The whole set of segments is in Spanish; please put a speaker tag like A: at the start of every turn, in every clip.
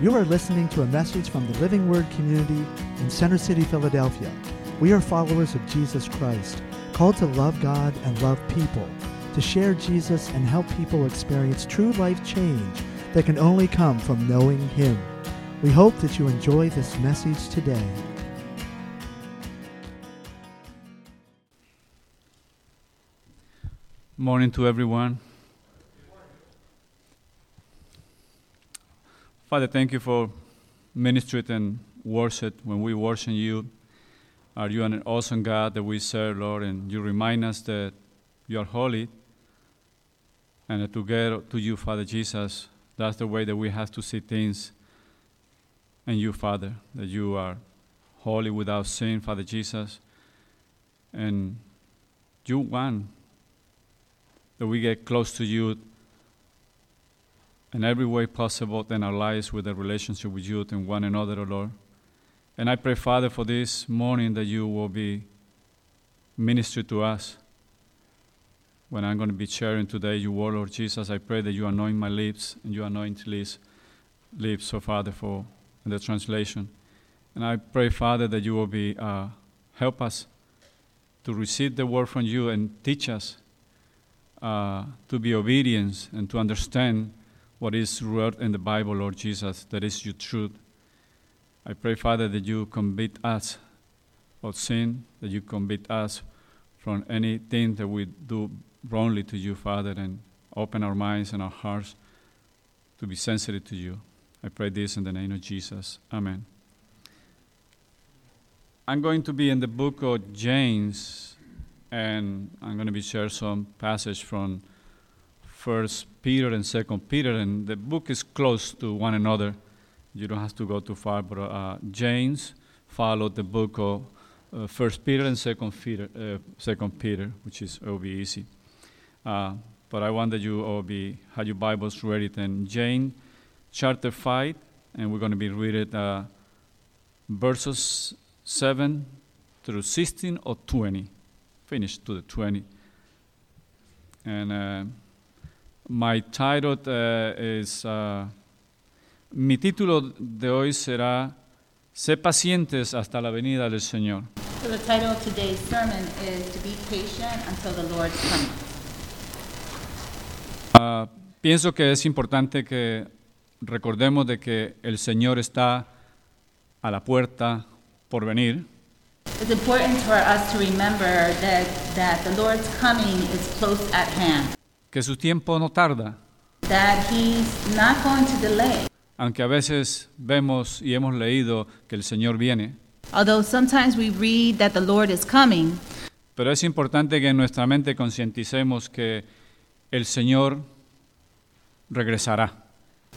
A: You are listening to a message from the Living Word community in Center City, Philadelphia. We are followers of Jesus Christ, called to love God and love people, to share Jesus and help people experience true life change that can only come from knowing Him. We hope that you enjoy this message today.
B: Morning to everyone. Father, thank you for ministry and worship. When we worship you, are you an awesome God that we serve, Lord, and you remind us that you are holy. And that to get to you, Father Jesus, that's the way that we have to see things. And you, Father, that you are holy without sin, Father Jesus. And you want that we get close to you in every way possible in our lives with a relationship with you and one another, O Lord. And I pray, Father, for this morning that you will be ministry to us. When I'm going to be sharing today, you, O Lord Jesus, I pray that you anoint my lips and you anoint lips, lips, so Father, for the translation. And I pray, Father, that you will be uh, help us to receive the word from you and teach us uh, to be obedient and to understand what is wrote in the Bible, Lord Jesus, that is your truth. I pray, Father, that you convict us of sin, that you convict us from anything that we do wrongly to you, Father, and open our minds and our hearts to be sensitive to you. I pray this in the name of Jesus. Amen. I'm going to be in the book of James, and I'm going to be share some passage from First Peter and Second Peter, and the book is close to one another. You don't have to go too far, but uh, James followed the book of uh, First Peter and Second Peter, uh, Second Peter, which is will be easy. Uh, but I want that you all be have your Bibles ready. Then James, chapter five, and we're going to be reading uh, verses seven through sixteen or twenty. Finish to the twenty, and uh, my title uh, es, uh, mi título de hoy será Sé pacientes hasta la venida del Señor.
C: So the title of today's sermon is to be patient until the Lord's coming.
B: Ah, pienso que es importante que recordemos de que el Señor está a la puerta por venir
C: It's important for us to remember that, that the Lord's coming is close at hand,
B: que su tiempo no tarda,
C: that He's not going to delay.
B: aunque a veces vemos y hemos leído que el Señor viene.
C: Although sometimes we read that the Lord is coming,
B: Pero es importante que en nuestra mente concienticemos que el Señor regresará.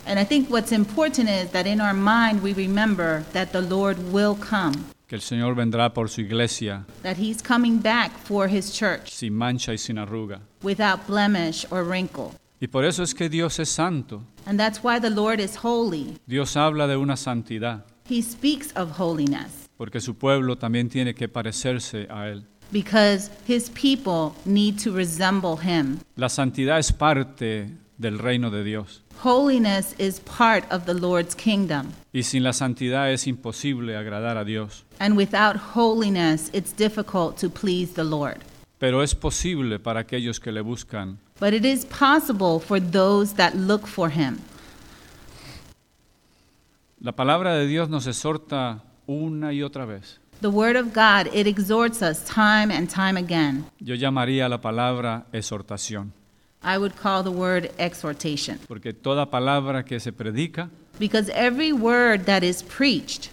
C: and I think what's important is that in our mind we remember that the Lord will come,
B: que el Señor vendrá por su iglesia
C: that He's coming back for His church
B: sin mancha y sin arruga.
C: without blemish or wrinkle.
B: Y por eso es que Dios es santo.
C: And that's why the Lord is holy.
B: Dios habla de una santidad,
C: He speaks of holiness
B: porque su pueblo también tiene que parecerse a Él.
C: because His people need to resemble Him.
B: La santidad es parte del reino de Dios.
C: Holiness is part of the Lord's kingdom,
B: Y sin la santidad es imposible agradar a Dios.
C: and without holiness, it's difficult to please the Lord.
B: Pero es posible para aquellos que le buscan.
C: But it is possible for those that look for Him.
B: La palabra de Dios nos exhorta una y otra vez.
C: The Word of God, it exhorts us time and time again.
B: Yo llamaría la palabra exhortación,
C: I would call the word exhortation,
B: porque toda palabra que se predica
C: because every word that is preached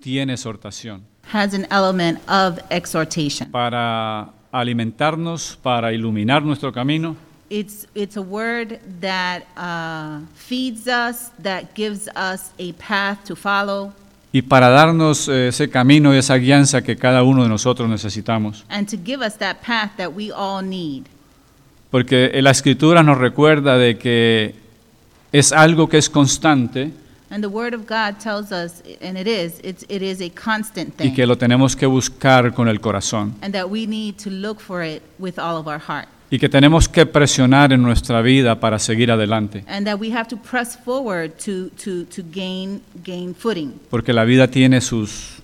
B: tiene exhortación.
C: has an element of exhortation.
B: para alimentarnos, para iluminar nuestro camino,
C: It's, it's a word that uh, feeds us, that gives us a path to follow,
B: y para darnos eh, ese camino y esa guianza que cada uno de nosotros necesitamos.
C: and to give us that path that we all need.
B: Porque eh, la escritura nos recuerda de que es algo que es constante
C: And the Word of God tells us, and it is, it's, it is a constant
B: y
C: thing,
B: que lo tenemos que buscar con el corazón.
C: and that we need to look for it with all of our heart.
B: y que tenemos que presionar en nuestra vida para seguir adelante,
C: and that we have to press forward to, to, to gain, gain footing.
B: porque la vida tiene sus,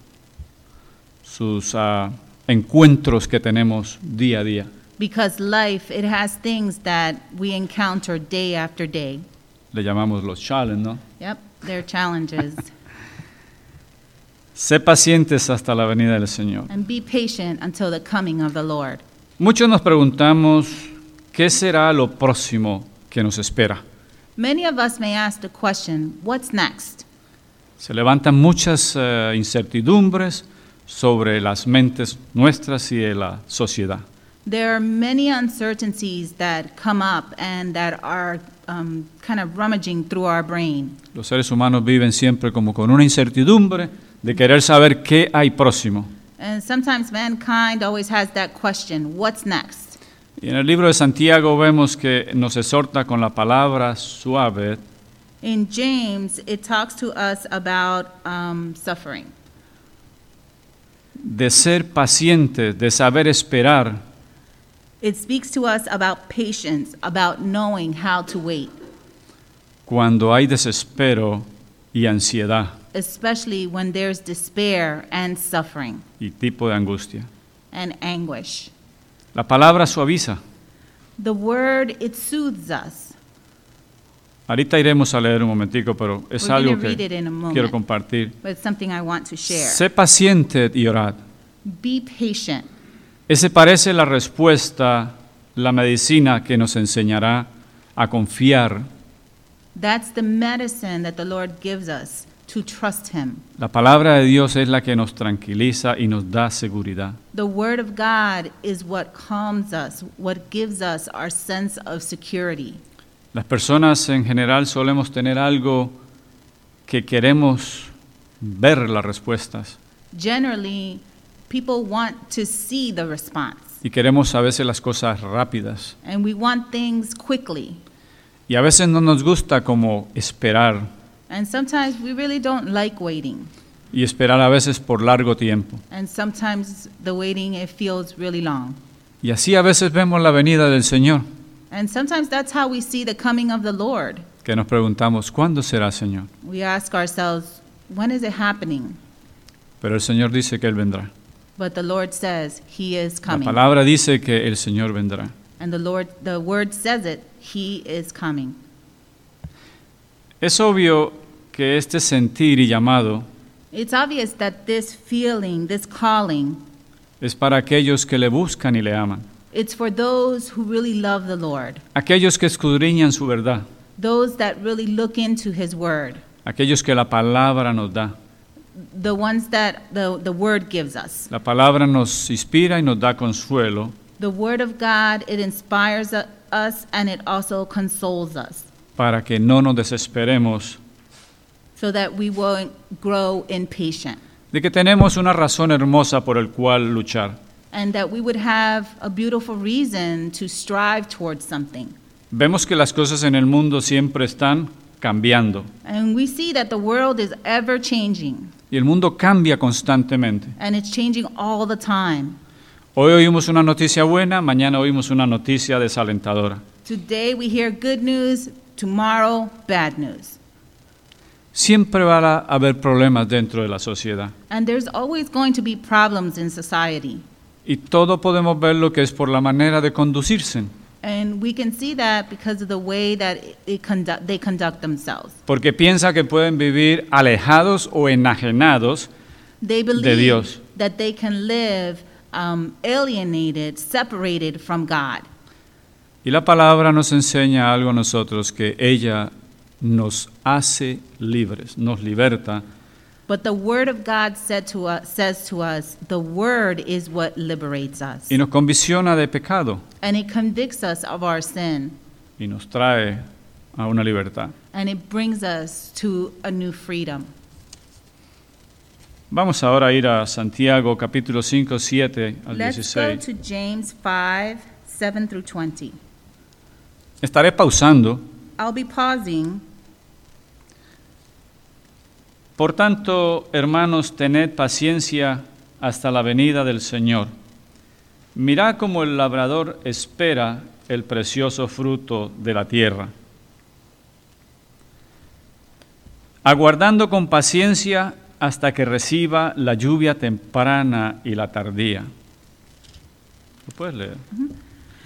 B: sus ah, encuentros que tenemos día a día.
C: Because life, it has things that we encounter day after day.
B: Le llamamos los challenges, ¿no?
C: Yep, there are challenges.
B: Sé pacientes hasta la venida del Señor.
C: and be patient until the coming of the Lord.
B: Muchos nos preguntamos, ¿qué será lo próximo que nos espera?
C: Many of us may ask the question what's next?
B: Se levantan muchas eh, incertidumbres sobre las mentes nuestras y de la sociedad.
C: There are many uncertainties that come up and that are um, kind of rummaging through our brain.
B: Los seres humanos viven siempre como con una incertidumbre de querer saber qué hay próximo.
C: And sometimes mankind always has that question what's next?
B: Y en el libro de Santiago vemos que nos exhorta con la palabra suave
C: In James, it talks to us about um, suffering,
B: de ser pacientes, de saber esperar,
C: it speaks to us about patience, about knowing how to wait,
B: cuando hay desespero y ansiedad
C: especially when there's despair and suffering
B: y tipo de angustia.
C: and anguish.
B: La palabra suaviza.
C: The word, it soothes us.
B: Ahorita iremos a leer un momentico, pero es
C: We're
B: algo
C: gonna read it
B: que
C: in a moment.
B: quiero compartir.
C: But it's something I want to share.
B: Sé paciente y orad.
C: Be patient.
B: Ese parece la respuesta, la medicina que nos enseñará a confiar.
C: That's the medicine that the Lord gives us to trust Him.
B: La palabra de Dios es la que nos tranquiliza y nos da seguridad.
C: The Word of God is what calms us, what gives us our sense of security.
B: Las personas en general solemos tener algo que queremos ver las respuestas
C: Generally, people want to see the response,
B: y queremos a veces las cosas rápidas.
C: and we want things quickly.
B: Y a veces no nos gusta como esperar
C: And sometimes we really don't like waiting,
B: y esperar a veces por largo tiempo.
C: and sometimes the waiting it feels really long.
B: Y así a veces vemos la venida del Señor,
C: And sometimes that's how we see the coming of the Lord.
B: que nos preguntamos, ¿cuándo será Señor?
C: We ask ourselves, when is it happening?
B: Pero el Señor dice que Él vendrá.
C: But the Lord says he is
B: La
C: coming.
B: palabra dice que el Señor vendrá.
C: And the Lord the word says it, he is coming.
B: Es obvio que este sentir y llamado
C: It's obvious that this feeling, this calling,
B: es para aquellos que le buscan y le aman,
C: it's for those who really love the Lord,
B: aquellos que escudriñan su verdad,
C: those that really look into his word,
B: aquellos que la palabra nos da.
C: the ones that the, the word gives us.
B: La palabra nos inspira y nos da consuelo
C: The word of God, it inspires u- us and it also consoles us
B: para que no nos desesperemos
C: so that we won't grow impatient
B: de que tenemos una razón hermosa por el cual luchar.
C: and that we would have a beautiful reason to strive towards something.
B: Vemos que las cosas en el mundo siempre están cambiando
C: And we see that the world is ever changing,
B: y el mundo cambia constantemente.
C: and it's changing all the time.
B: Hoy oímos una noticia buena, mañana oímos una noticia desalentadora.
C: Today we hear good news, tomorrow bad news.
B: Siempre va a haber problemas dentro de la sociedad
C: And there's always going to be problems in society.
B: y todo podemos ver lo que es por la manera de conducirse,
C: And we can see that because of the way that it, it conduct, they conduct themselves.
B: porque piensa que pueden vivir alejados o enajenados
C: They believe
B: Dios.
C: that they can live um, alienated, separated from God.
B: y la palabra nos enseña algo a nosotros que ella nos hace libres, nos liberta
C: But the Word of God said to us, says to us, the Word is what liberates us.
B: y nos convicciona de pecado
C: and it convicts us of our sin
B: y nos trae a una libertad.
C: and it brings us to a new freedom.
B: Vamos ahora a ir a Santiago capítulo 5, 7 al
C: Let's go
B: 16.
C: to James 5 7 through 20.
B: Estaré pausando.
C: I'll be pausing.
B: Por tanto, hermanos, tened paciencia hasta la venida del Señor. Mirad como el labrador espera el precioso fruto de la tierra. Aguardando con paciencia hasta que reciba la lluvia temprana y la tardía. ¿Lo puedes leer?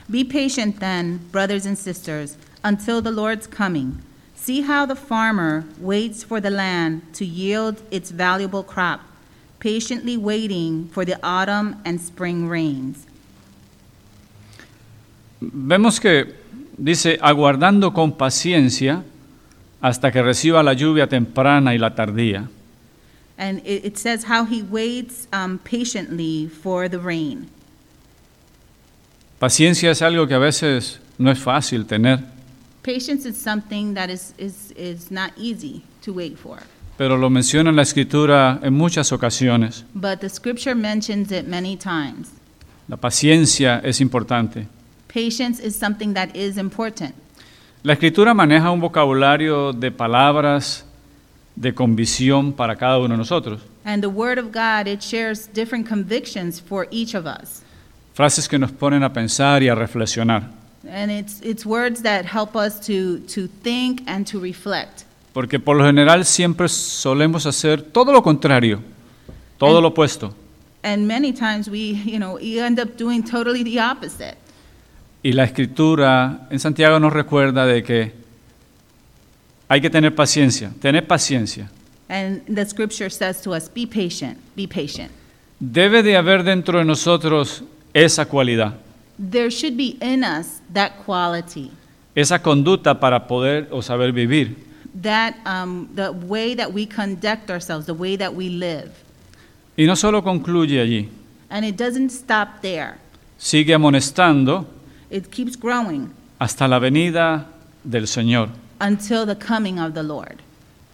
C: Be patient then, brothers and sisters, until the Lord's coming. See how the farmer waits for the land to yield its valuable crop, patiently waiting for the autumn and spring rains.
B: Vemos que dice, aguardando con paciencia hasta que reciba la lluvia temprana y la tardía.
C: And it, it says how he waits um, patiently for the rain.
B: Paciencia es algo que a veces no es fácil tener,
C: Patience is something that is, is, is not easy to wait for,
B: pero lo menciona en la escritura en muchas ocasiones.
C: but the scripture mentions it many times.
B: La paciencia es importante.
C: Patience is something that is important.
B: La escritura maneja un vocabulario de palabras de convicción para cada uno de nosotros.
C: And the Word of God, it shares different convictions for each of us.
B: Frases que nos ponen a pensar y a reflexionar.
C: And it's, it's words that help us to, to think and to reflect.
B: Porque por lo general siempre solemos hacer todo lo contrario, todo lo opuesto.
C: And many times we, you know, you end up doing totally the opposite.
B: Y la escritura en Santiago nos recuerda de que hay que tener paciencia, tener paciencia.
C: And the scripture says to us, be patient, be patient.
B: Debe de haber dentro de nosotros esa cualidad,
C: There should be in us that quality,
B: esa conducta para poder o saber vivir.
C: that um, the way that we conduct ourselves, the way that we live.
B: Y no solo concluye allí,
C: And it doesn't stop there,
B: sigue amonestando
C: it keeps growing
B: hasta la venida del Señor.
C: until the coming of the Lord.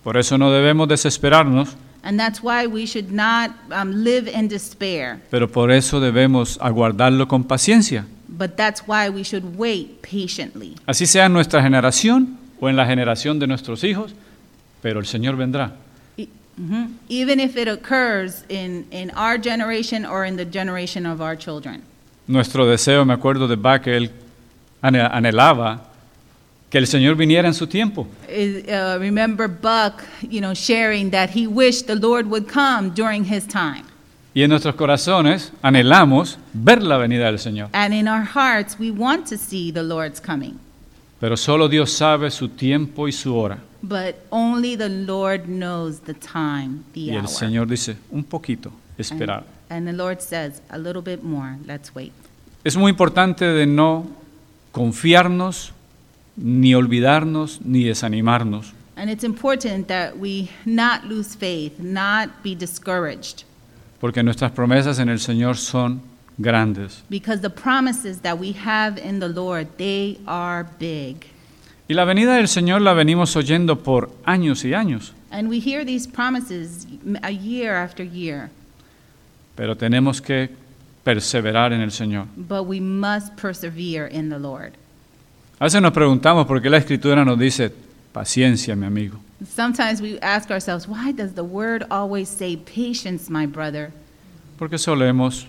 B: Por eso no debemos desesperarnos,
C: And that's why we should not um, live in despair,
B: pero por eso debemos aguardarlo con paciencia,
C: but that's why we should wait patiently.
B: así sea en nuestra generación o en la generación de nuestros hijos, pero el Señor vendrá.
C: E- mhm. Even if it occurs in, in our generation or in the generation of our children.
B: Nuestro deseo, me acuerdo de Bach, él ane- anhelaba que el Señor viniera en su tiempo,
C: Is- uh, remember Buck, you know, sharing that he wished the Lord would come during his time.
B: y en nuestros corazones anhelamos ver la venida del Señor,
C: And in our hearts, we want to see the Lord's coming,
B: pero solo Dios sabe su tiempo y su hora.
C: but only the Lord knows the time, the
B: Y el
C: hour.
B: Señor dice, un poquito, esperar.
C: And the Lord says, a little bit more, let's wait.
B: Es muy importante de no confiarnos, ni olvidarnos, ni desanimarnos.
C: And it's important that we not lose faith, not be discouraged,
B: Porque nuestras promesas en el Señor son grandes.
C: because the promises that we have in the Lord, they are big.
B: Y la venida del Señor la venimos oyendo por años y años.
C: And we hear these promises m- a year after year,
B: Pero tenemos que perseverar en el Señor.
C: but we must persevere in the Lord.
B: A veces nos preguntamos por qué la Escritura nos dice, paciencia, mi amigo.
C: Sometimes we ask ourselves, why does the word always say, patience, my brother?
B: Porque solemos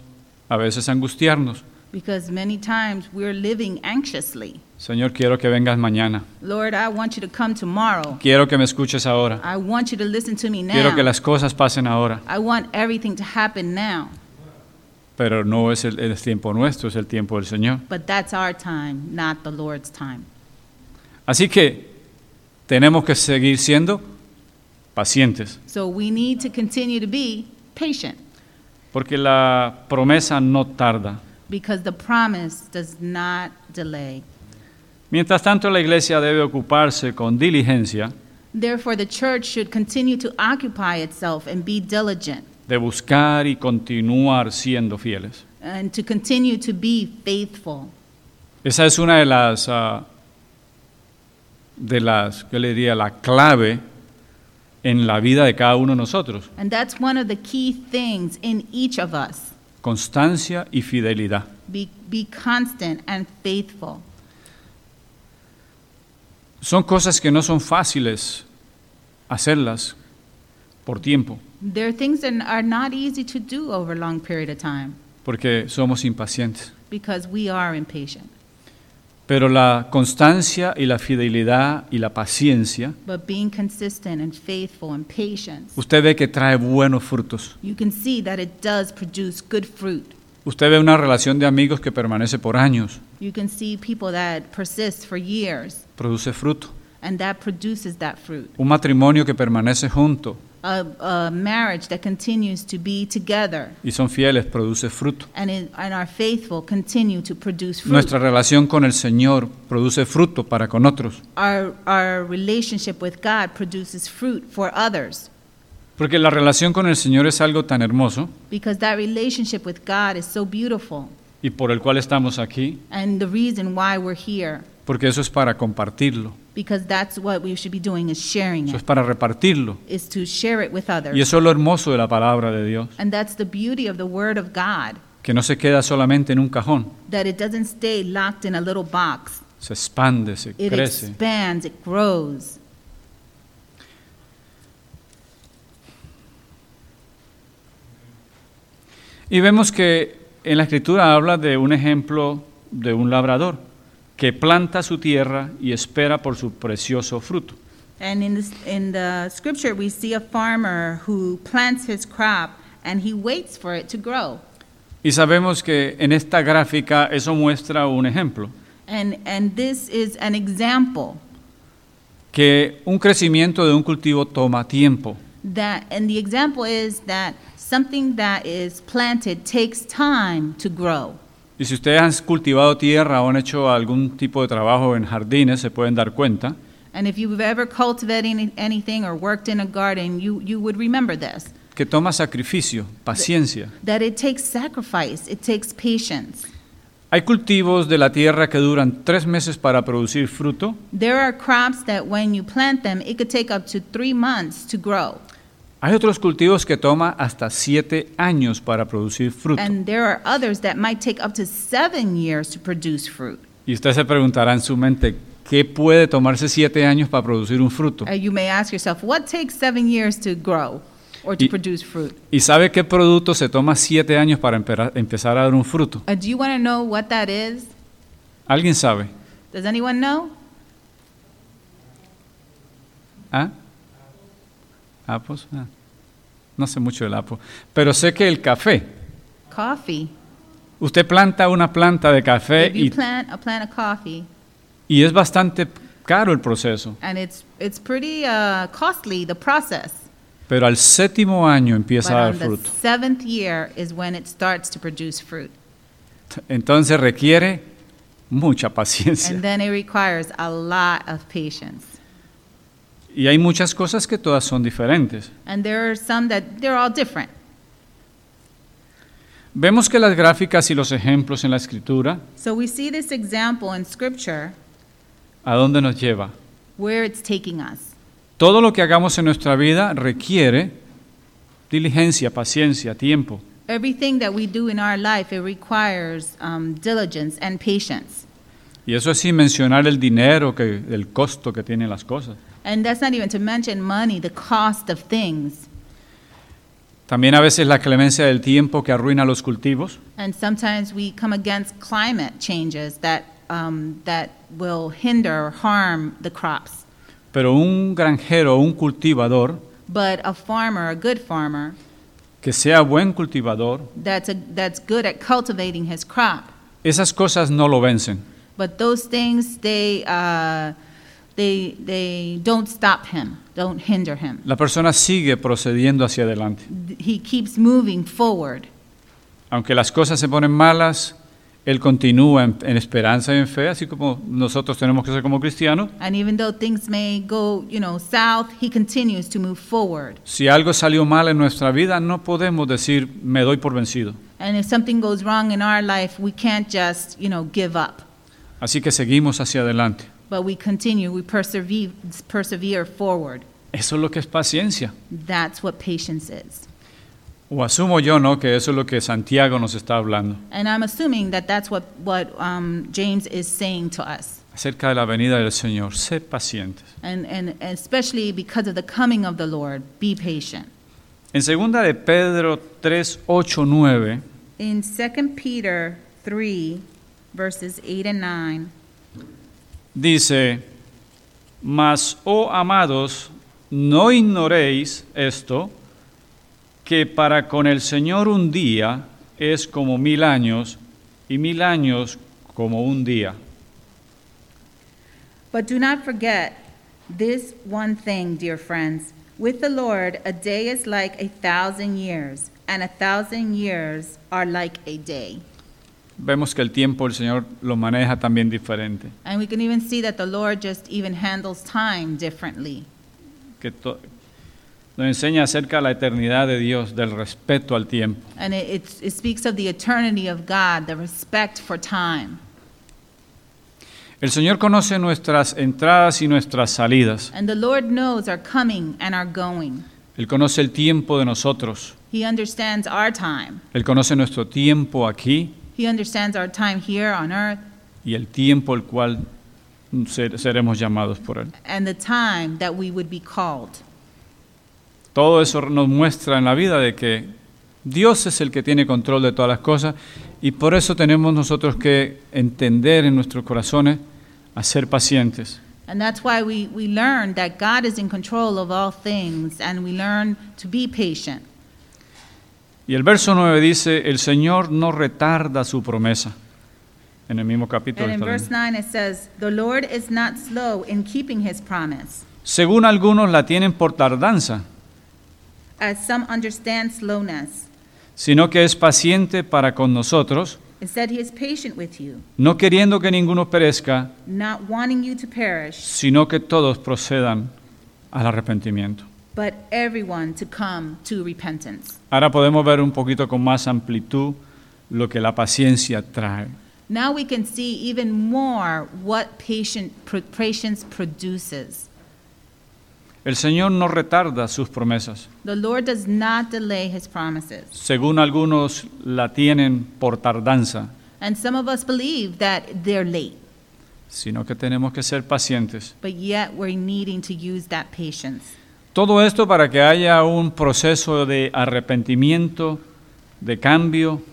B: a veces angustiarnos.
C: Because many times we're living anxiously.
B: Señor, quiero que vengas mañana.
C: Lord, I want you to come tomorrow.
B: Quiero que me escuches ahora.
C: I want you to listen to me
B: Quiero que
C: now.
B: las cosas pasen ahora.
C: I want everything to happen now.
B: Pero no es el, el tiempo nuestro, es el tiempo del Señor.
C: But that's our time, not the Lord's time.
B: Así que tenemos que seguir siendo pacientes,
C: So we need to continue to be patient
B: porque la promesa no tarda.
C: because the promise does not delay.
B: Mientras tanto, la iglesia debe ocuparse con diligencia
C: Therefore, the church should continue to occupy itself and be diligent
B: de buscar y continuar siendo fieles.
C: and to continue to be faithful.
B: Esa es una de las, ah, de las, yo le diría, la clave en la vida de cada uno de nosotros,
C: And that's one of the key things in each of us
B: constancia y fidelidad.
C: be, be constant and faithful.
B: Son cosas que no son fáciles hacerlas por tiempo,
C: There are things that are not easy to do over a long period of time
B: porque somos impacientes.
C: because we are impatient.
B: Pero la constancia y la fidelidad y la paciencia,
C: But being consistent and faithful and patient,
B: usted ve que trae buenos frutos.
C: you can see that it does produce good fruit.
B: Usted ve una relación de amigos que permanece por años,
C: You can see people that persist for years,
B: produce fruto.
C: and that produces that fruit.
B: Un matrimonio que permanece junto
C: A, a marriage that continues to be together
B: y son fieles, produce fruto.
C: and, in, and are faithful continue to produce fruit.
B: Nuestra relación con el Señor produce fruto para con otros.
C: our, our relationship with God produces fruit for others
B: Porque la relación con el Señor es algo tan hermoso
C: because that relationship with God is so beautiful.
B: y por el cual estamos aquí,
C: And the reason why we're here,
B: porque eso es para compartirlo,
C: because that's what we should be doing, is sharing
B: eso es
C: it,
B: para repartirlo.
C: is to share it with
B: Y
C: others.
B: eso es lo hermoso de la palabra de Dios,
C: And that's the beauty of the Word of God,
B: que no se queda solamente en un cajón,
C: that it doesn't stay locked in a little box.
B: se expande, se
C: It
B: crece.
C: expands, it grows.
B: Y vemos que en la escritura habla de un ejemplo de un labrador que planta su tierra y espera por su precioso fruto.
C: And in, this, in the scripture, we see a farmer who plants his crop and he waits for it to grow.
B: Y sabemos que en esta gráfica eso muestra un ejemplo,
C: And, and this is an example
B: que un crecimiento de un cultivo toma tiempo.
C: that, and the example is that something that is planted takes time to grow.
B: Y si ustedes han cultivado tierra o han hecho algún tipo de trabajo en jardines, se pueden dar cuenta
C: And if you've ever cultivated any, anything or worked in a garden, you, you would remember this
B: que toma sacrificio, paciencia.
C: that it takes sacrifice, it takes patience.
B: Hay cultivos de la tierra que duran tres meses para producir fruto
C: There are crops that when you plant them, it could take up to three months to grow.
B: Hay otros cultivos que toma hasta siete años para producir fruto.
C: And there are others that might take up to seven years to produce fruit.
B: y usted se preguntará en su mente, ¿qué puede tomarse siete años para producir un fruto?
C: Uh, you may ask yourself, what takes seven years to grow or to
B: Y-
C: produce fruit?
B: ¿Y sabe qué producto se toma siete años para empera- empezar a dar un fruto?
C: Uh, do you want to know what that is?
B: ¿Alguien sabe?
C: Does anyone know?
B: ¿Ah? ¿Apos? Ah. No sé mucho del apo. Pero sé que el café,
C: Coffee.
B: usted planta una planta de café
C: if you
B: y,
C: plant a plant of coffee,
B: y es bastante caro el proceso.
C: and it's it's pretty uh, costly the process.
B: Pero al séptimo año empieza
C: but
B: a dar
C: on the
B: fruto.
C: seventh year is when it starts to produce fruit,
B: Entonces requiere mucha paciencia.
C: and then it requires a lot of patience.
B: Y hay muchas cosas que todas son diferentes.
C: And there are some that they're all different.
B: Vemos que las gráficas y los ejemplos en la escritura,
C: So we see this example in Scripture
B: ¿a dónde nos lleva?
C: where it's taking us.
B: Todo lo que hagamos en nuestra vida requiere diligencia, paciencia, tiempo.
C: Everything that we do in our life it requires um, diligence and patience.
B: Y eso es sin mencionar el dinero, que, el costo que tienen las cosas.
C: And that's not even to mention money, the cost of things.
B: También a veces la clemencia del tiempo que arruina los cultivos.
C: And sometimes we come against climate changes that, um, that will hinder or harm the crops.
B: Pero un granjero o un cultivador,
C: But a farmer, a good farmer,
B: que sea buen cultivador,
C: that's, a, that's good at cultivating his crop.
B: esas cosas no lo vencen.
C: But those things, they, uh, they, they don't stop him, don't hinder him.
B: La persona sigue procediendo hacia adelante.
C: He keeps moving forward.
B: Aunque las cosas se ponen malas, Él continúa en, en esperanza y en fe, así como nosotros tenemos que ser como cristianos.
C: And even though things may go, you know, south, he continues to move forward.
B: Si algo salió mal en nuestra vida, no podemos decir, me doy por vencido.
C: And if something goes wrong in our life, we can't just, you know, give up.
B: Así que seguimos hacia adelante.
C: But we continue, we persevere, persevere forward.
B: Eso es lo que es paciencia.
C: That's what patience is.
B: O asumo yo, ¿no? Que eso es lo que Santiago nos está hablando,
C: And I'm assuming that that's what, what um, James is saying to us.
B: acerca de la venida del Señor. Sé pacientes.
C: And, and especially because of the coming of the Lord, be patient.
B: En segunda de Pedro 3, 8, 9,
C: In 2 Peter 3, verses 8 and 9,
B: dice, mas, oh amados, no ignoréis esto, que para con el Señor un día es como mil años, y mil años como un día.
C: But do not forget this one thing, dear friends. With the Lord, a day is like a thousand years, and a thousand years are like a day.
B: Vemos que el tiempo el Señor lo maneja también diferente,
C: And we can even see that the Lord just even handles time differently.
B: que to- nos enseña acerca de la eternidad de Dios, del respeto al tiempo.
C: And it, it, it speaks of the eternity of God, the respect for time.
B: El Señor conoce nuestras entradas y nuestras salidas.
C: And the Lord knows our coming and our going.
B: Él conoce el tiempo de nosotros.
C: He understands our time.
B: Él conoce nuestro tiempo aquí
C: He understands our time here on earth
B: y el tiempo el cual ser- seremos llamados por Él.
C: and the time that we would be called.
B: Todo eso nos muestra en la vida de que Dios es el que tiene control de todas las cosas y por eso tenemos nosotros que entender en nuestros corazones a ser pacientes.
C: And that's why we, we learn that God is in control of all things and we learn to be patient.
B: Y el verso 9 dice, el Señor no retarda su promesa. En el mismo capítulo.
C: And in
B: está
C: verse
B: leyendo.
C: 9 it says, The Lord is not slow in keeping his promise,
B: Según algunos la tienen por tardanza,
C: as some understand slowness.
B: sino que es paciente para con nosotros,
C: Instead, he is patient with you,
B: no queriendo que ninguno perezca,
C: not wanting you to perish,
B: sino que todos procedan al arrepentimiento.
C: but everyone to come to repentance.
B: Ahora podemos ver un poquito con más amplitud lo que la paciencia trae.
C: Now we can see even more what patient, pr- patience produces.
B: El Señor no retarda sus promesas.
C: The Lord does not delay his promises.
B: Según algunos la tienen por tardanza,
C: And some of us believe that they're late,
B: sino que tenemos que ser pacientes.
C: but yet we're needing to use that patience.
B: Todo esto para que haya un proceso de arrepentimiento, de cambio,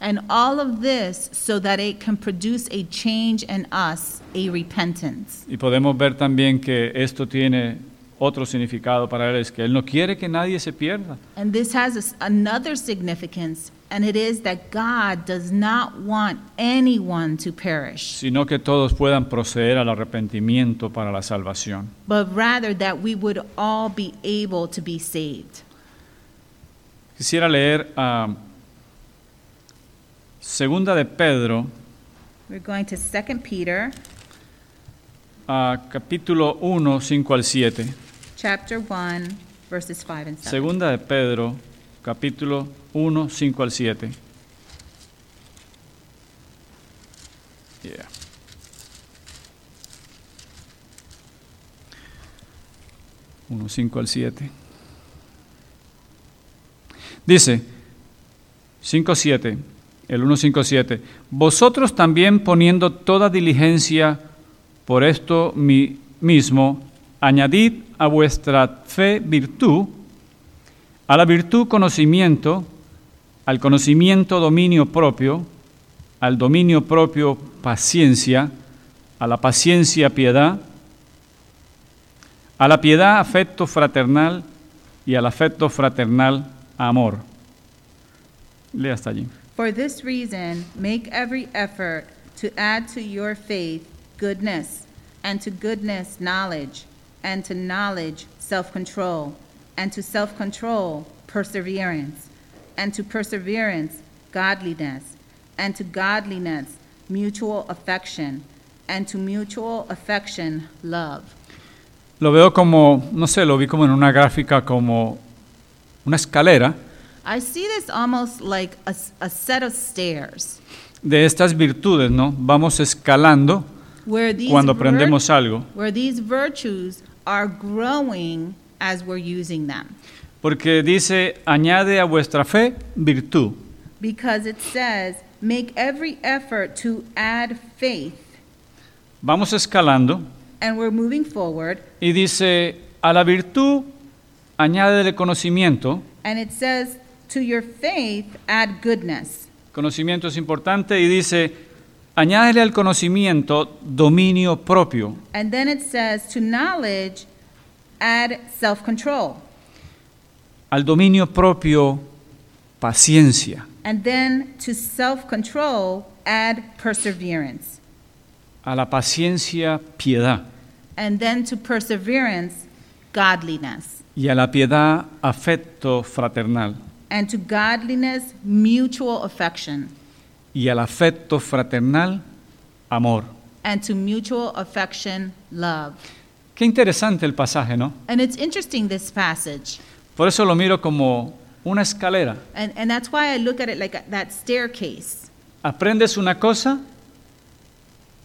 C: And all of this so that it can produce a change in us, a repentance.
B: y podemos ver también que esto tiene otro significado para Él, es que Él no quiere que nadie se pierda.
C: And this has a s another significance, and it is that God does not want anyone to perish,
B: sino que todos puedan proceder al arrepentimiento para la salvación.
C: but rather that we would all be able to be saved.
B: Quisiera leer a Segunda de Pedro,
C: We're going to 2 Peter
B: a capítulo 1, 5 al 7.
C: chapter 1 verses 5 and 7.
B: Segunda de Pedro, capítulo 1, 5 al 7. Yeah. Uno, cinco al 7. Dice 5.7, el 1.5.7, vosotros también poniendo toda diligencia por esto mi- mismo, añadid a vuestra fe virtud, a la virtud conocimiento, al conocimiento dominio propio, al dominio propio paciencia, a la paciencia piedad, a la piedad afecto fraternal y al afecto fraternal amor. Lea hasta allí.
C: For this reason, make every effort to add to your faith goodness, and to goodness, knowledge, and to knowledge, self control, and to self control, perseverance, and to perseverance, godliness, and to godliness, mutual affection, and to mutual affection, love.
B: Lo veo como, no sé, lo vi como en una gráfica, como una escalera
C: I see this almost like a, s- a set of stairs
B: de estas virtudes, ¿no? Vamos escalando
C: where these
B: cuando
C: vir-
B: aprendemos algo.
C: where these virtues are growing as we're using them.
B: Porque dice, añade a vuestra fe virtud.
C: Because it says, make every effort to add faith,
B: Vamos escalando
C: and we're moving forward.
B: y dice, a la virtud añade el conocimiento.
C: And it says, to your faith, add goodness.
B: Conocimiento es importante y dice, añádele al conocimiento dominio propio.
C: And then it says, to knowledge, add self control.
B: Al dominio propio, paciencia.
C: And then to self control, add perseverance.
B: A la paciencia, piedad.
C: And then to perseverance, godliness.
B: Y a la piedad, afecto fraternal.
C: And to godliness, mutual affection.
B: Y al afecto fraternal, amor.
C: And to mutual affection, love.
B: Qué interesante el pasaje, ¿no?
C: And it's interesting, this passage.
B: Por eso lo miro como una escalera.
C: And, and that's why I look at it like a- that staircase.
B: Aprendes una cosa,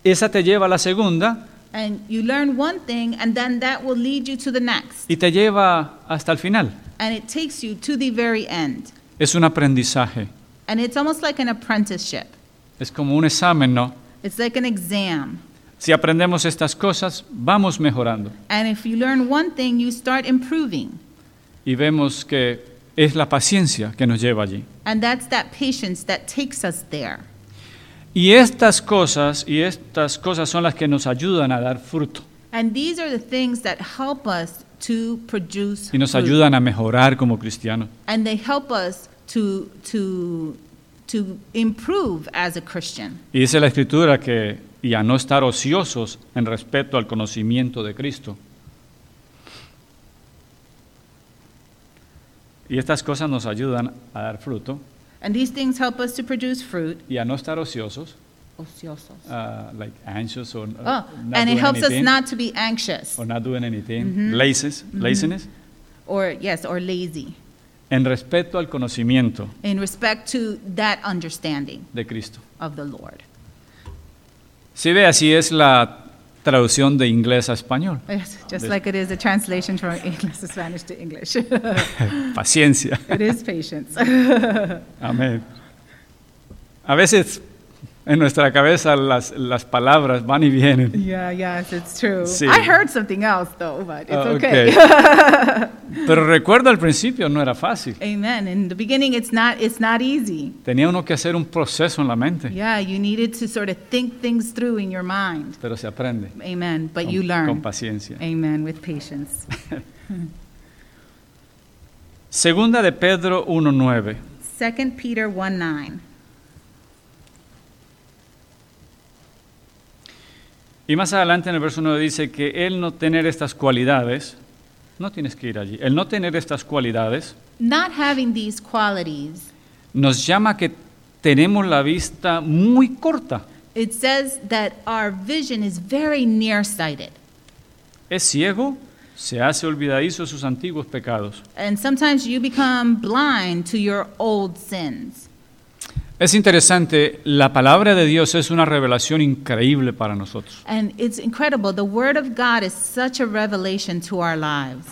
B: esa te lleva a la segunda
C: And you learn one thing, and then that will lead you to the next.
B: y te lleva hasta el final.
C: And it takes you to the very end.
B: Es un aprendizaje.
C: And it's almost like an apprenticeship.
B: Es como un examen, ¿no?
C: It's like an exam.
B: Si aprendemos estas cosas, vamos mejorando
C: And if you learn one thing, you start improving.
B: y vemos que es la paciencia que nos lleva allí.
C: And that's that patience that takes us there.
B: Y estas cosas, y estas cosas son las que nos ayudan a dar fruto
C: And these are the things that help us to produce
B: y nos
C: fruit.
B: ayudan a mejorar como cristianos.
C: And they help us to to to improve as a Christian.
B: Y dice la escritura que y a no estar ociosos en respecto al conocimiento de Cristo. Y estas cosas nos ayudan a dar fruto
C: And these things help us to produce fruit.
B: y a no estar ociosos,
C: Ociosos.
B: uh, like anxious or uh,
C: Oh,
B: not
C: and it
B: doing
C: helps us
B: anything,
C: not Mm-hmm. to be anxious
B: or not doing anything, laces- laziness,
C: or yes, or lazy
B: en respecto al conocimiento
C: in respect to that understanding
B: de Cristo.
C: of the Lord.
B: Si ve, así es la traducción de inglés a español.
C: Yes, just
B: Uh, This-
C: like it is a translation from English to Spanish to English. it
B: Paciencia.
C: is patience.
B: Amén. A veces en nuestra cabeza las, las palabras van y vienen.
C: yeah, yes, it's true.
B: Sí.
C: I heard something else though, but it's
B: Ah,
C: okay.
B: ok. Pero recuerda al principio no era fácil.
C: Amen. In the beginning, it's not it's not easy.
B: Tenía uno que hacer un proceso en la mente,
C: Yeah, you needed to sort of think things through in your mind.
B: pero se aprende
C: Amen. But
B: con,
C: you
B: con
C: learn.
B: paciencia.
C: Amen. With patience.
B: Segunda de Pedro 1.9.
C: Second Peter one nine.
B: Y más adelante en el verso 9 dice que el no tener estas cualidades, no tienes que ir allí, el no tener estas cualidades
C: Not having these qualities,
B: nos llama a que tenemos la vista muy corta.
C: it says that our vision is very nearsighted,
B: Es ciego, se hace olvidadizo de sus antiguos pecados.
C: and sometimes you become blind to your old sins.
B: Es interesante, la palabra de Dios es una revelación increíble para nosotros,
C: And it's incredible. The Word of God is such a revelation to our lives.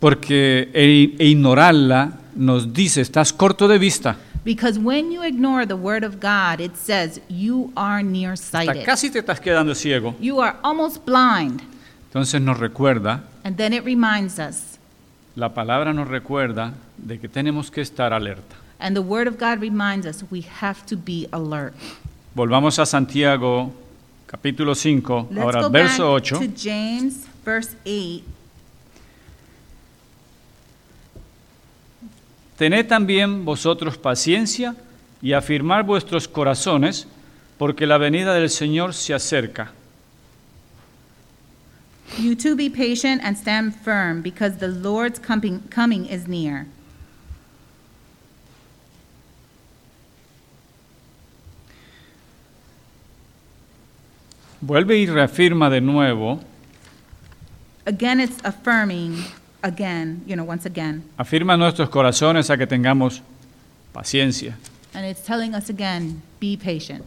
B: porque e- e ignorarla nos dice, estás corto de vista,
C: Because when you ignore the word of God, it says you are
B: hasta
C: nearsighted.
B: casi te estás quedando ciego.
C: You are almost blind.
B: Entonces nos recuerda,
C: And then it reminds us.
B: la palabra nos recuerda de que tenemos que estar alerta.
C: And the word of God reminds us we have to be alert.
B: Volvamos a Santiago capítulo 5,
C: Let's
B: ahora
C: go
B: verso
C: back
B: 8.
C: to James verse 8.
B: Tened también vosotros paciencia y afirmar vuestros corazones, porque la venida del Señor se acerca.
C: You too be patient and stand firm because the Lord's coming, coming is near.
B: Vuelve y reafirma de nuevo,
C: Again, it's affirming, again, you know, once again.
B: afirma nuestros corazones a que tengamos paciencia.
C: And it's telling us again be patient.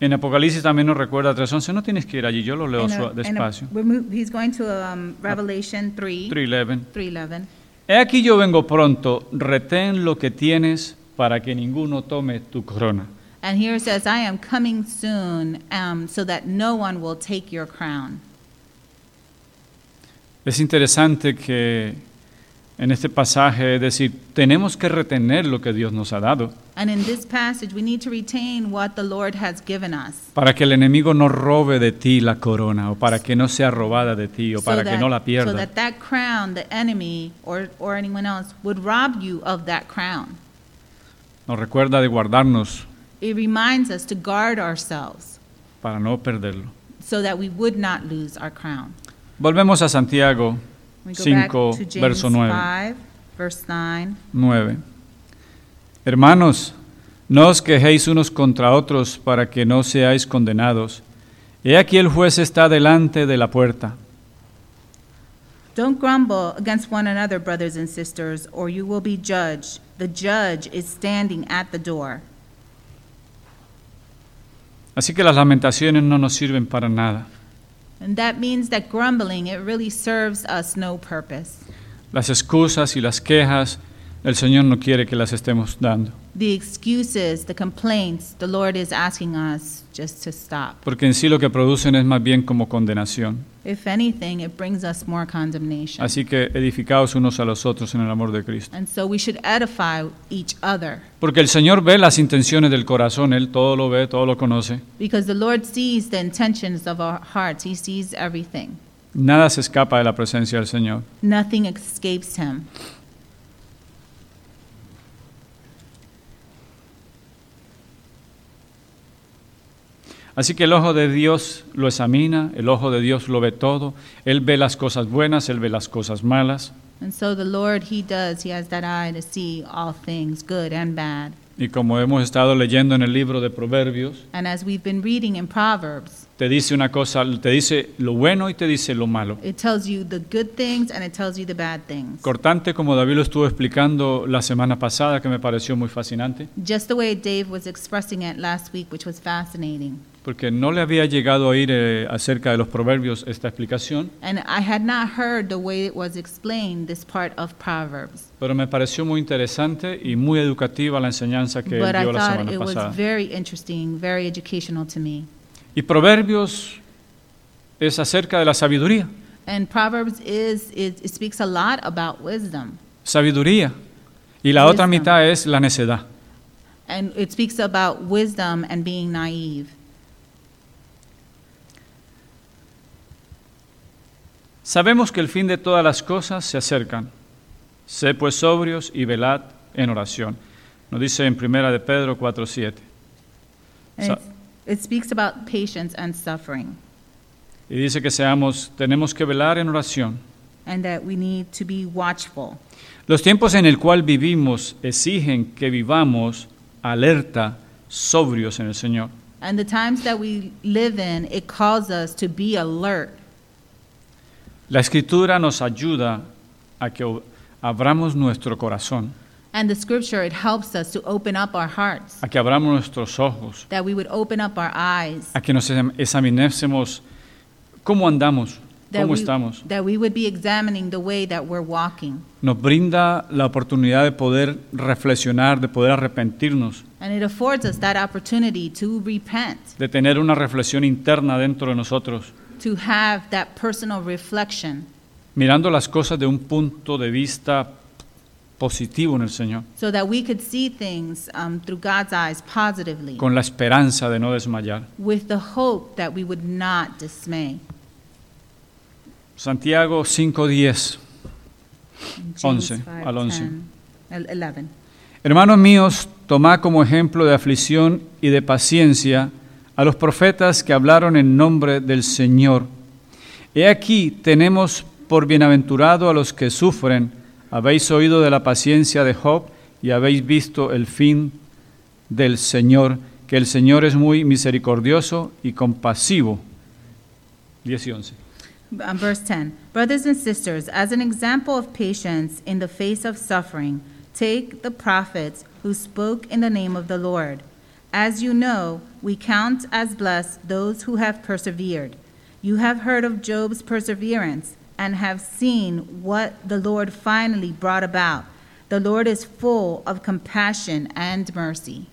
B: En Apocalipsis también nos recuerda 3.11, no tienes que ir allí, yo lo leo
C: And
B: su-
C: a- and a-
B: despacio.
C: we're mov- he's going to um, Revelation 3.
B: 3.11.
C: 311.
B: He aquí yo vengo pronto, retén lo que tienes para que ninguno tome tu corona.
C: And here it says, I am coming soon um, so that no one will take your crown.
B: Es interesante que en este pasaje es decir, tenemos que retener lo que Dios nos ha dado
C: And in this passage, we need to retain what the Lord has given us
B: para que el enemigo no robe de ti la corona o para que no sea robada de ti o para que no la
C: so
B: pierda.
C: that that crown, the enemy or, or anyone else, would rob you of that crown.
B: Nos recuerda de guardarnos
C: It reminds us to guard ourselves
B: para no perderlo.
C: so that we would not lose our crown.
B: Volvemos a Santiago
C: We go
B: 5,
C: back to James
B: verso 9.
C: 5, verse 9.
B: 9. Hermanos, no os quejéis unos contra otros para que no seáis condenados. He aquí el juez está delante de la puerta.
C: Don't grumble against one another, brothers and sisters, or you will be judged. The judge is standing at the door.
B: Así que las lamentaciones no nos sirven para nada.
C: And that means that grumbling, it really serves us no purpose.
B: Las excusas y las quejas, el Señor no quiere que las estemos dando,
C: The excuses, the complaints, the Lord is asking us just to stop.
B: porque en sí lo que producen es más bien como condenación.
C: If anything, it brings us more condemnation.
B: Así que edificaos unos a los otros en el amor de Cristo.
C: And so we should edify each other
B: Porque el Señor ve las intenciones del corazón, Él todo lo ve, todo lo conoce.
C: because the Lord sees the intentions of our hearts, He sees everything.
B: Nada se escapa de la presencia del Señor.
C: Nothing escapes Him.
B: Así que el ojo de Dios lo examina, el ojo de Dios lo ve todo, Él ve las cosas buenas, Él ve las cosas malas,
C: And so the Lord, He does, He has that eye to see all things, good and bad.
B: y como hemos estado leyendo en el libro de Proverbios,
C: And as we've been reading in Proverbs,
B: te dice una cosa, te dice lo bueno y te dice lo malo.
C: it tells you the good things and it tells you the bad things.
B: Cortante, como David lo estuvo explicando la semana pasada, que me pareció muy fascinante,
C: Just the way Dave was expressing it last week, which was fascinating.
B: porque no le había llegado a oír eh, acerca de los proverbios esta explicación,
C: And I had not heard the way it was explained, this part of Proverbs.
B: pero me pareció muy interesante y muy educativa la enseñanza que él
C: But I
B: dio la
C: thought
B: semana
C: it was
B: pasada.
C: very interesting, very educational to me.
B: Y proverbios es acerca de la sabiduría,
C: And Proverbs is, it, it speaks a lot about wisdom.
B: sabiduría, y la otra
C: Wisdom.
B: mitad es la necedad.
C: And it speaks about wisdom and being naive.
B: Sabemos que el fin de todas las cosas se acercan. Sé pues sobrios y velad en oración. Nos dice en primera de Pedro 4:7.
C: And
B: So-
C: it's- it speaks about patience and suffering,
B: Y dice que seamos, tenemos que velar en oración.
C: and that we need to be watchful.
B: Los tiempos en el cual vivimos exigen que vivamos alerta, sobrios en el Señor.
C: And the times that we live in, it calls us to be alert.
B: La escritura nos ayuda a que ob- abramos nuestro corazón,
C: And the scripture, it helps us to open up our hearts,
B: a que abramos nuestros ojos,
C: that we would open up our eyes,
B: a que nos exam- examinemos cómo andamos,
C: that
B: cómo
C: we,
B: estamos.
C: that we would be examining the way that we're walking.
B: Nos brinda la oportunidad de poder reflexionar, de poder arrepentirnos,
C: And it affords us that opportunity to repent,
B: de tener una reflexión interna dentro de nosotros,
C: to have that personal reflection,
B: mirando las cosas de un punto de vista positivo en el Señor,
C: so that we could see things um, through God's eyes positively,
B: con la esperanza de no desmayar.
C: with the hope that we would not dismay.
B: Santiago 5:10.
C: James
B: 11,
C: 5,
B: al 11.
C: 10, el- 11.
B: Hermanos míos, tomad como ejemplo de aflicción y de paciencia a los profetas que hablaron en nombre del Señor. He aquí tenemos por bienaventurado a los que sufren. Habéis oído de la paciencia de Job y habéis visto el fin del Señor, que el Señor es muy misericordioso y compasivo. 10 y 11.
C: Um, verse 10 Brothers and sisters, as an example of patience in the face of suffering, take the prophets who spoke in the name of the Lord. As you know, we count as blessed those who have persevered. You have heard of Job's perseverance and have seen what the Lord finally brought about. The Lord is full of compassion and mercy.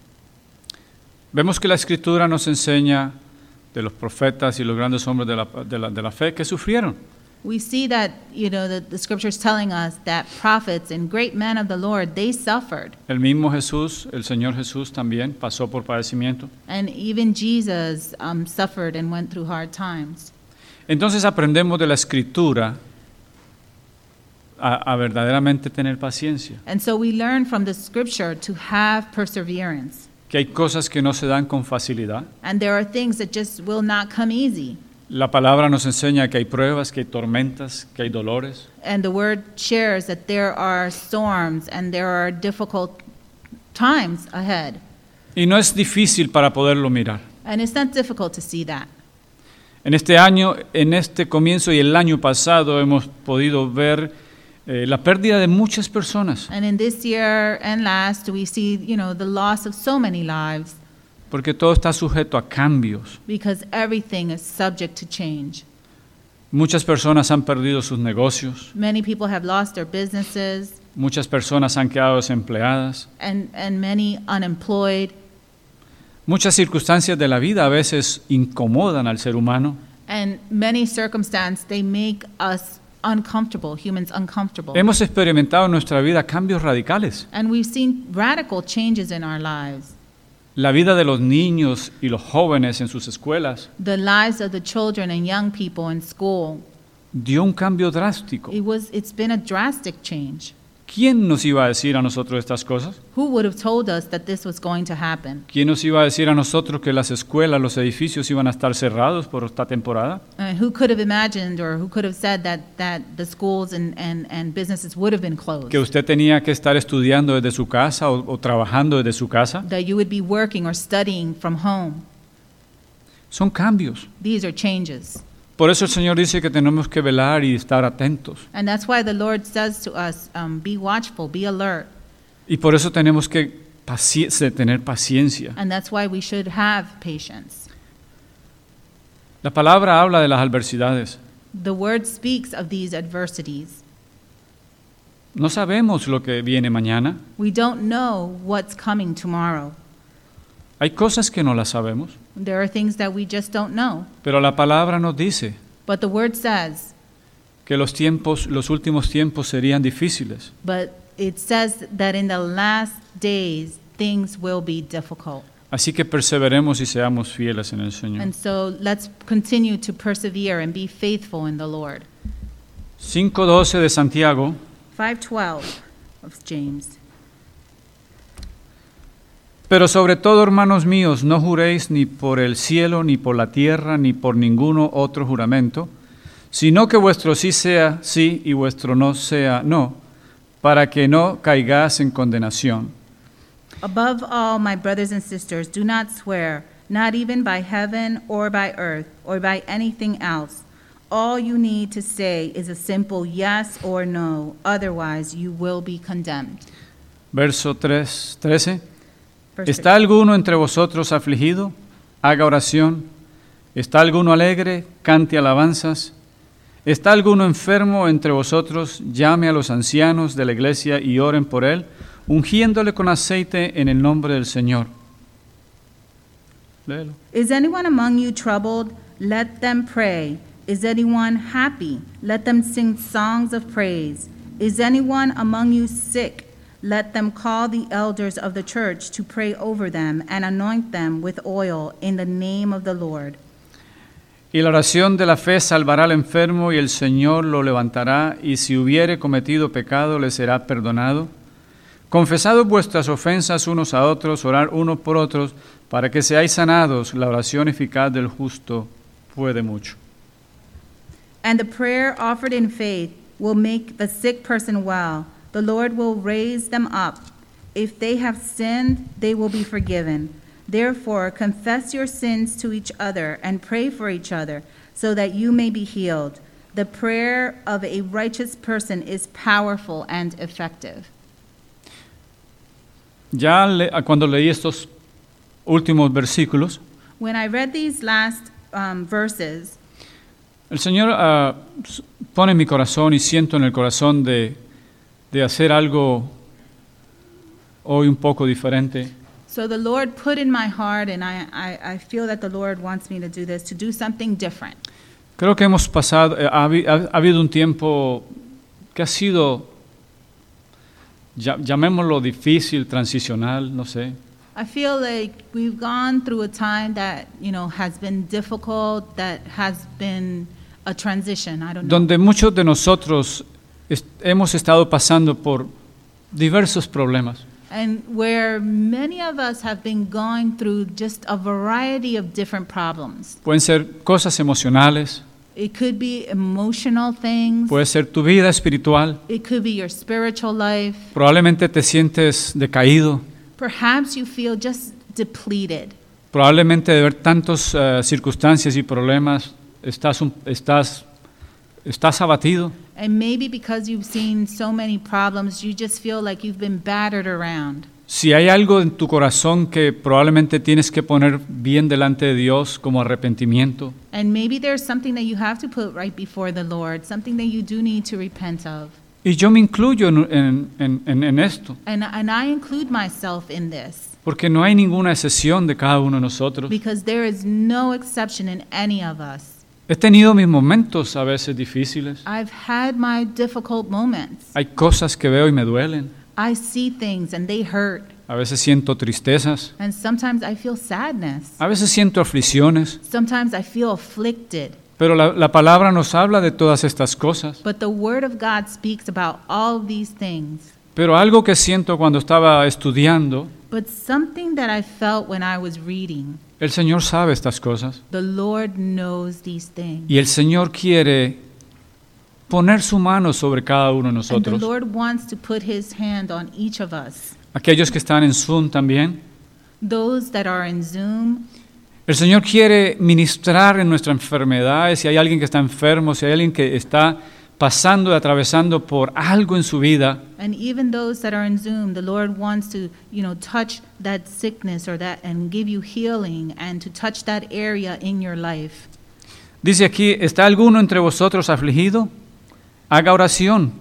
B: Vemos que la escritura nos enseña de los profetas y los grandes hombres de la, de la- de la fe que sufrieron.
C: we see that, you know, the, the scripture's telling us that prophets and great men of the Lord, they suffered.
B: El mismo Jesús, el Señor Jesús también pasó por padecimiento.
C: And even Jesus um, suffered and went through hard times.
B: Entonces aprendemos de la escritura a, a verdaderamente tener paciencia,
C: And so we learn from the scripture to have perseverance.
B: que hay cosas que no se dan con facilidad.
C: And there are things that just will not come easy.
B: La palabra nos enseña que hay pruebas, que hay tormentas, que hay dolores,
C: And the word shares that there are storms and there are difficult times ahead.
B: y no es difícil para poderlo mirar.
C: And it's not difficult to see that.
B: En este año, en este comienzo y el año pasado hemos podido ver eh, la pérdida de muchas personas,
C: And in this year and last, we see, you know, the loss of so many lives
B: porque todo está sujeto a cambios.
C: because everything is subject to change.
B: Muchas personas han perdido sus negocios,
C: Many people have lost their businesses
B: muchas personas han quedado desempleadas,
C: and, and many unemployed.
B: muchas circunstancias de la vida a veces incomodan al ser humano.
C: And many circumstances, they make us uncomfortable, humans uncomfortable.
B: Hemos experimentado en nuestra vida cambios radicales.
C: And we've seen radical changes in our lives.
B: La vida de los niños y los jóvenes en sus escuelas
C: The lives of the children and young people in school,
B: dio un cambio drástico.
C: it was, it's been a drastic change.
B: ¿Quién nos iba a decir a nosotros estas cosas?
C: Who would have told us that this was going to happen?
B: ¿Quién nos iba a decir a nosotros que las escuelas, los edificios iban a estar cerrados por esta temporada?
C: And Uh, who could have imagined or who could have said that, that the schools and, and, and businesses would have been closed?
B: ¿Que usted tenía que estar estudiando desde su casa o, o trabajando desde su casa?
C: That you would be working or studying from home.
B: Son cambios.
C: These are changes.
B: Por eso el Señor dice que tenemos que velar y estar atentos.
C: And that's why the Lord says to us um, be watchful, be alert.
B: Y por eso tenemos que paci- se- tener paciencia.
C: And that's why we should have patience.
B: La palabra habla de las adversidades.
C: The word speaks of these adversities.
B: No sabemos lo que viene mañana.
C: We don't know what's coming tomorrow.
B: Hay cosas que no las sabemos.
C: There are things that we just don't know.
B: Pero la palabra nos dice
C: But the word says,
B: que los tiempos, los últimos tiempos serían difíciles.
C: but it says that in the last days things will be difficult.
B: Así que perseveremos y seamos fieles en el Señor.
C: And so let's continue to persevere and be faithful in the Lord.
B: 5.12 de Santiago
C: 512 of James.
B: Pero sobre todo, hermanos míos, no juréis ni por el cielo, ni por la tierra, ni por ninguno otro juramento, sino que vuestro sí sea sí y vuestro no sea no, para que no caigáis en condenación.
C: Above all, my brothers and sisters, do not swear, not even by heaven or by earth or by anything else. All you need to say is a simple yes or no, otherwise, you will be condemned.
B: Verso 3, 13.
C: Verse
B: ¿Está alguno entre vosotros afligido? Haga oración. ¿Está alguno alegre? Cante alabanzas. ¿Está alguno enfermo entre vosotros? Llame a los ancianos de la iglesia y oren por él, ungiéndole con aceite en el nombre del Señor. Léelo.
C: Is anyone among you troubled? Let them pray. Is anyone happy? Let them sing songs of praise. Is anyone among you sick? Let them call the elders of the church to pray over them and anoint them with oil in the name of the Lord.
B: Y la oración de la fe salvará al enfermo y el Señor lo levantará, y si hubiere cometido pecado le será perdonado. Confesad vuestras ofensas unos a otros, orar unos por otros, para que seáis sanados. La oración eficaz del justo puede mucho.
C: And the prayer offered in faith will make the sick person well. The Lord will raise them up. If they have sinned, they will be forgiven. Therefore, confess your sins to each other and pray for each other so that you may be healed. The prayer of a righteous person is powerful and effective.
B: Ya le- a cuando leí estos últimos versículos,
C: When I read these last um, verses,
B: el Señor ah, s- pone en mi corazón y siento en el corazón de, de hacer algo hoy un poco diferente.
C: so the Lord put in my heart, and I, I, I feel that the Lord wants me to do this, to do something different.
B: Creo que hemos pasado, eh, ha, habi- ha- ha habido un tiempo que ha sido, ya- llamémoslo difícil, transicional, no sé.
C: I feel like we've gone through a time that, you know, has been difficult, that has been a transition. I don't know.
B: donde muchos de nosotros est- hemos estado pasando por diversos problemas.
C: And where many of us have been going through just a variety of different problems.
B: Pueden ser cosas emocionales,
C: It could be emotional things,
B: puede ser tu vida espiritual,
C: it could be your spiritual life.
B: probablemente te sientes decaído,
C: Perhaps you feel just depleted.
B: probablemente de ver tantas eh, circunstancias y problemas estás, un- estás, estás abatido.
C: And maybe because you've seen so many problems, you just feel like you've been battered around.
B: Si hay algo en tu corazón que probablemente tienes que poner bien delante de Dios como arrepentimiento,
C: And maybe there's something that you have to put right before the Lord, something that you do need to repent of.
B: y yo me incluyo en- en- en- en- en esto,
C: And, and I include myself in this
B: porque no hay ninguna excepción de cada uno de nosotros.
C: because there is no exception in any of us.
B: He tenido mis momentos a veces difíciles.
C: I've had my difficult moments.
B: Hay cosas que veo y me duelen.
C: I see things and they hurt.
B: A veces siento tristezas.
C: And sometimes I feel sadness.
B: A veces siento aflicciones.
C: Sometimes I feel afflicted.
B: Pero la, la palabra nos habla de todas estas cosas.
C: But the Word of God speaks about all these things.
B: Pero algo que siento cuando estaba estudiando,
C: But something that I felt when I was reading
B: el Señor sabe estas cosas.
C: the Lord knows these things.
B: Y el Señor quiere poner su mano sobre cada uno de
C: And the
B: nosotros.
C: Lord wants to put his hand on each of us.
B: Aquellos que están en Zoom también.
C: Those that are in Zoom,
B: El Señor quiere ministrar en nuestras enfermedades. Si hay alguien que está enfermo, si hay alguien que está pasando y atravesando por algo en su vida,
C: and even those that are in Zoom, the Lord wants to, you know, touch that sickness or that and give you healing and to touch that area in your life.
B: dice aquí, ¿está alguno entre vosotros afligido? Haga oración.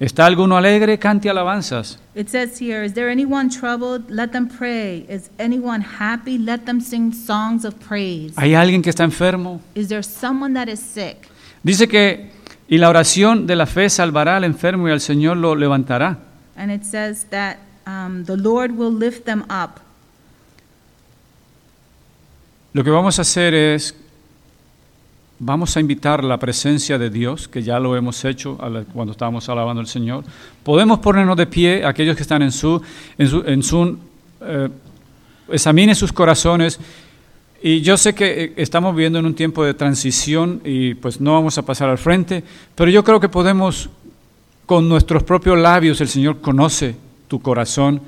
B: ¿Está alguno alegre? Cante alabanzas.
C: It says here, is there anyone troubled? Let them pray. Is anyone happy? Let them sing songs of praise.
B: ¿Hay alguien que está enfermo?
C: Is there someone that is sick?
B: Dice que, y la oración de la fe salvará al enfermo y al Señor lo levantará.
C: And it says that um, the Lord will lift them up.
B: Lo que vamos a hacer es, vamos a invitar la presencia de Dios, que ya lo hemos hecho a la- cuando estábamos alabando al Señor. Podemos ponernos de pie, aquellos que están en su, en su, en su, eh, examine sus corazones. Y yo sé que eh, estamos viviendo en un tiempo de transición y pues no vamos a pasar al frente, pero yo creo que podemos, con nuestros propios labios, el Señor conoce tu corazón.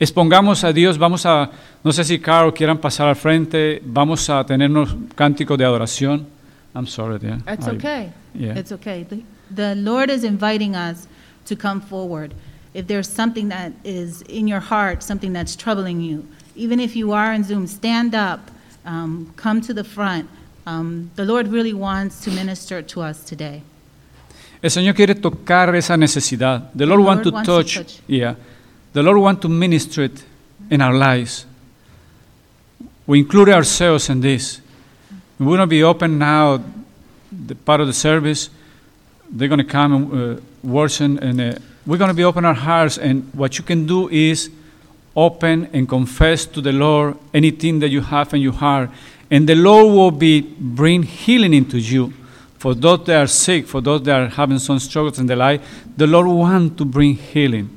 B: Expongamos a Dios, vamos a, no sé si Carl quieran pasar al frente, vamos a tenernos cánticos de adoración. I'm sorry, dear.
C: It's
B: I-
C: okay.
B: yeah.
C: It's okay. The, the Lord is inviting us to come forward. If there's something that is in your heart, something that's troubling you, even if you are in Zoom, stand up, um, come to the front. Um, the Lord really wants to minister to us today.
B: El Señor quiere tocar esa necesidad. The Lord,
C: The
B: wants
C: Lord
B: to
C: wants to
B: touch.
C: touch.
B: Yeah. The Lord wants to minister it in our lives. We include ourselves in this. We're going to be open now, the part of the service. They're going to come and uh, worship. And uh, we're going to be open our hearts. And what you can do is open and confess to the Lord anything that you have in your heart. And the Lord will be bring healing into you. For those that are sick, for those that are having some struggles in their life, the Lord wants to bring healing.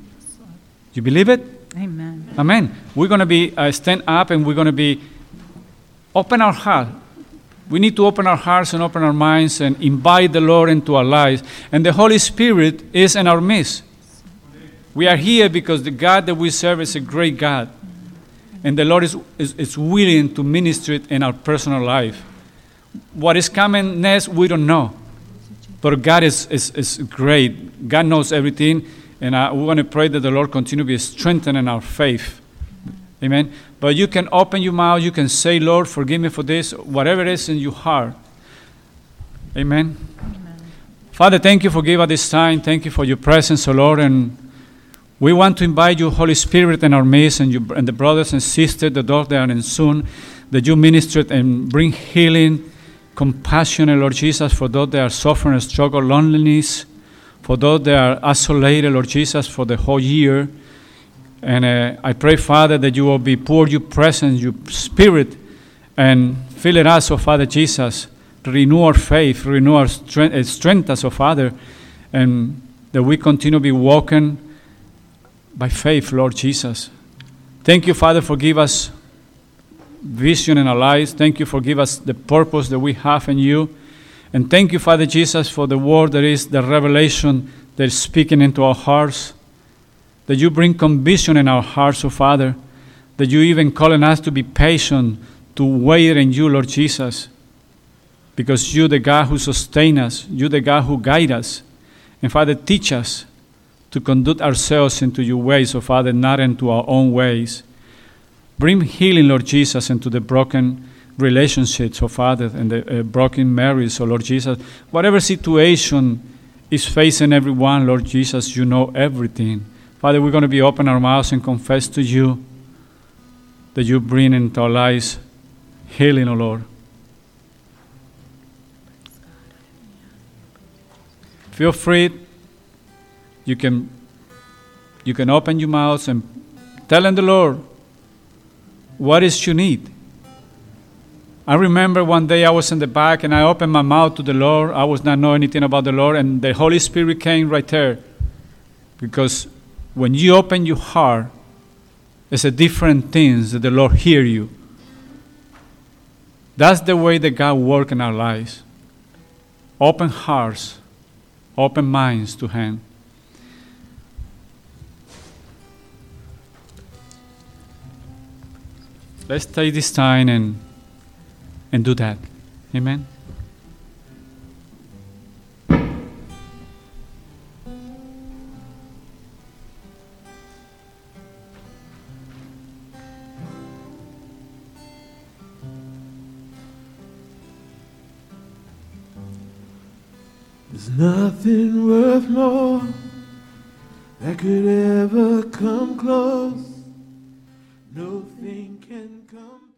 B: You believe it?
C: Amen.
B: Amen. We're going to be uh, stand up and we're going to be open our heart. We need to open our hearts and open our minds and invite the Lord into our lives. And the Holy Spirit is in our midst. We are here because the God that we serve is a great God. And the Lord is, is, is willing to minister it in our personal life. What is coming next, we don't know. But God is, is, is great. God knows everything. And uh, we want to pray that the Lord continue to be strengthened in our faith. Amen. But you can open your mouth. You can say, Lord, forgive me for this, whatever it is in your heart. Amen. Father, thank you for giving us this time. Thank you for your presence, O Lord. And we want to invite you, Holy Spirit, in our midst and, you, and the brothers and sisters, the those that are in soon, that you minister and bring healing Compassionate, Lord Jesus, for those that are suffering struggle, loneliness, for those that are isolated, Lord Jesus, for the whole year. And uh, I pray, Father, that you will be pour your presence, your spirit, and fill it us, O Father Jesus. Renew our faith, renew our strength, uh, strength us, O Father, and that we continue to be walking by faith, Lord Jesus. Thank you, Father, for give us vision in our lives. Thank you for give us the purpose that we have in you. And thank you, Father Jesus, for the word that is the revelation that is speaking into our hearts. That you bring conviction in our hearts, O Father. That you even calling us to be patient, to wait in you, Lord Jesus. Because you the God who sustain us, you the God who guide us. And Father, teach us to conduct ourselves into your ways, O Father, not into our own ways. Bring healing, Lord Jesus, into the broken relationships, O Father, and the uh, broken marriage, O Lord Jesus. Whatever situation is facing everyone, Lord Jesus, you know everything. Father, we're going to be open our mouths and confess to you that you bring into our lives healing, O Lord. Feel free. You can you can open your mouths and telling the Lord what is you need. I remember one day I was in the back and I opened my mouth to the Lord. I was not know anything about the Lord, and the Holy Spirit came right there. Because when you open your heart, it's a different things that the Lord hear you. That's the way that God work in our lives. Open hearts, open minds to Him. Let's take this time and and do that. Amen.
D: There's nothing worth more that could ever come close. Nothing can come.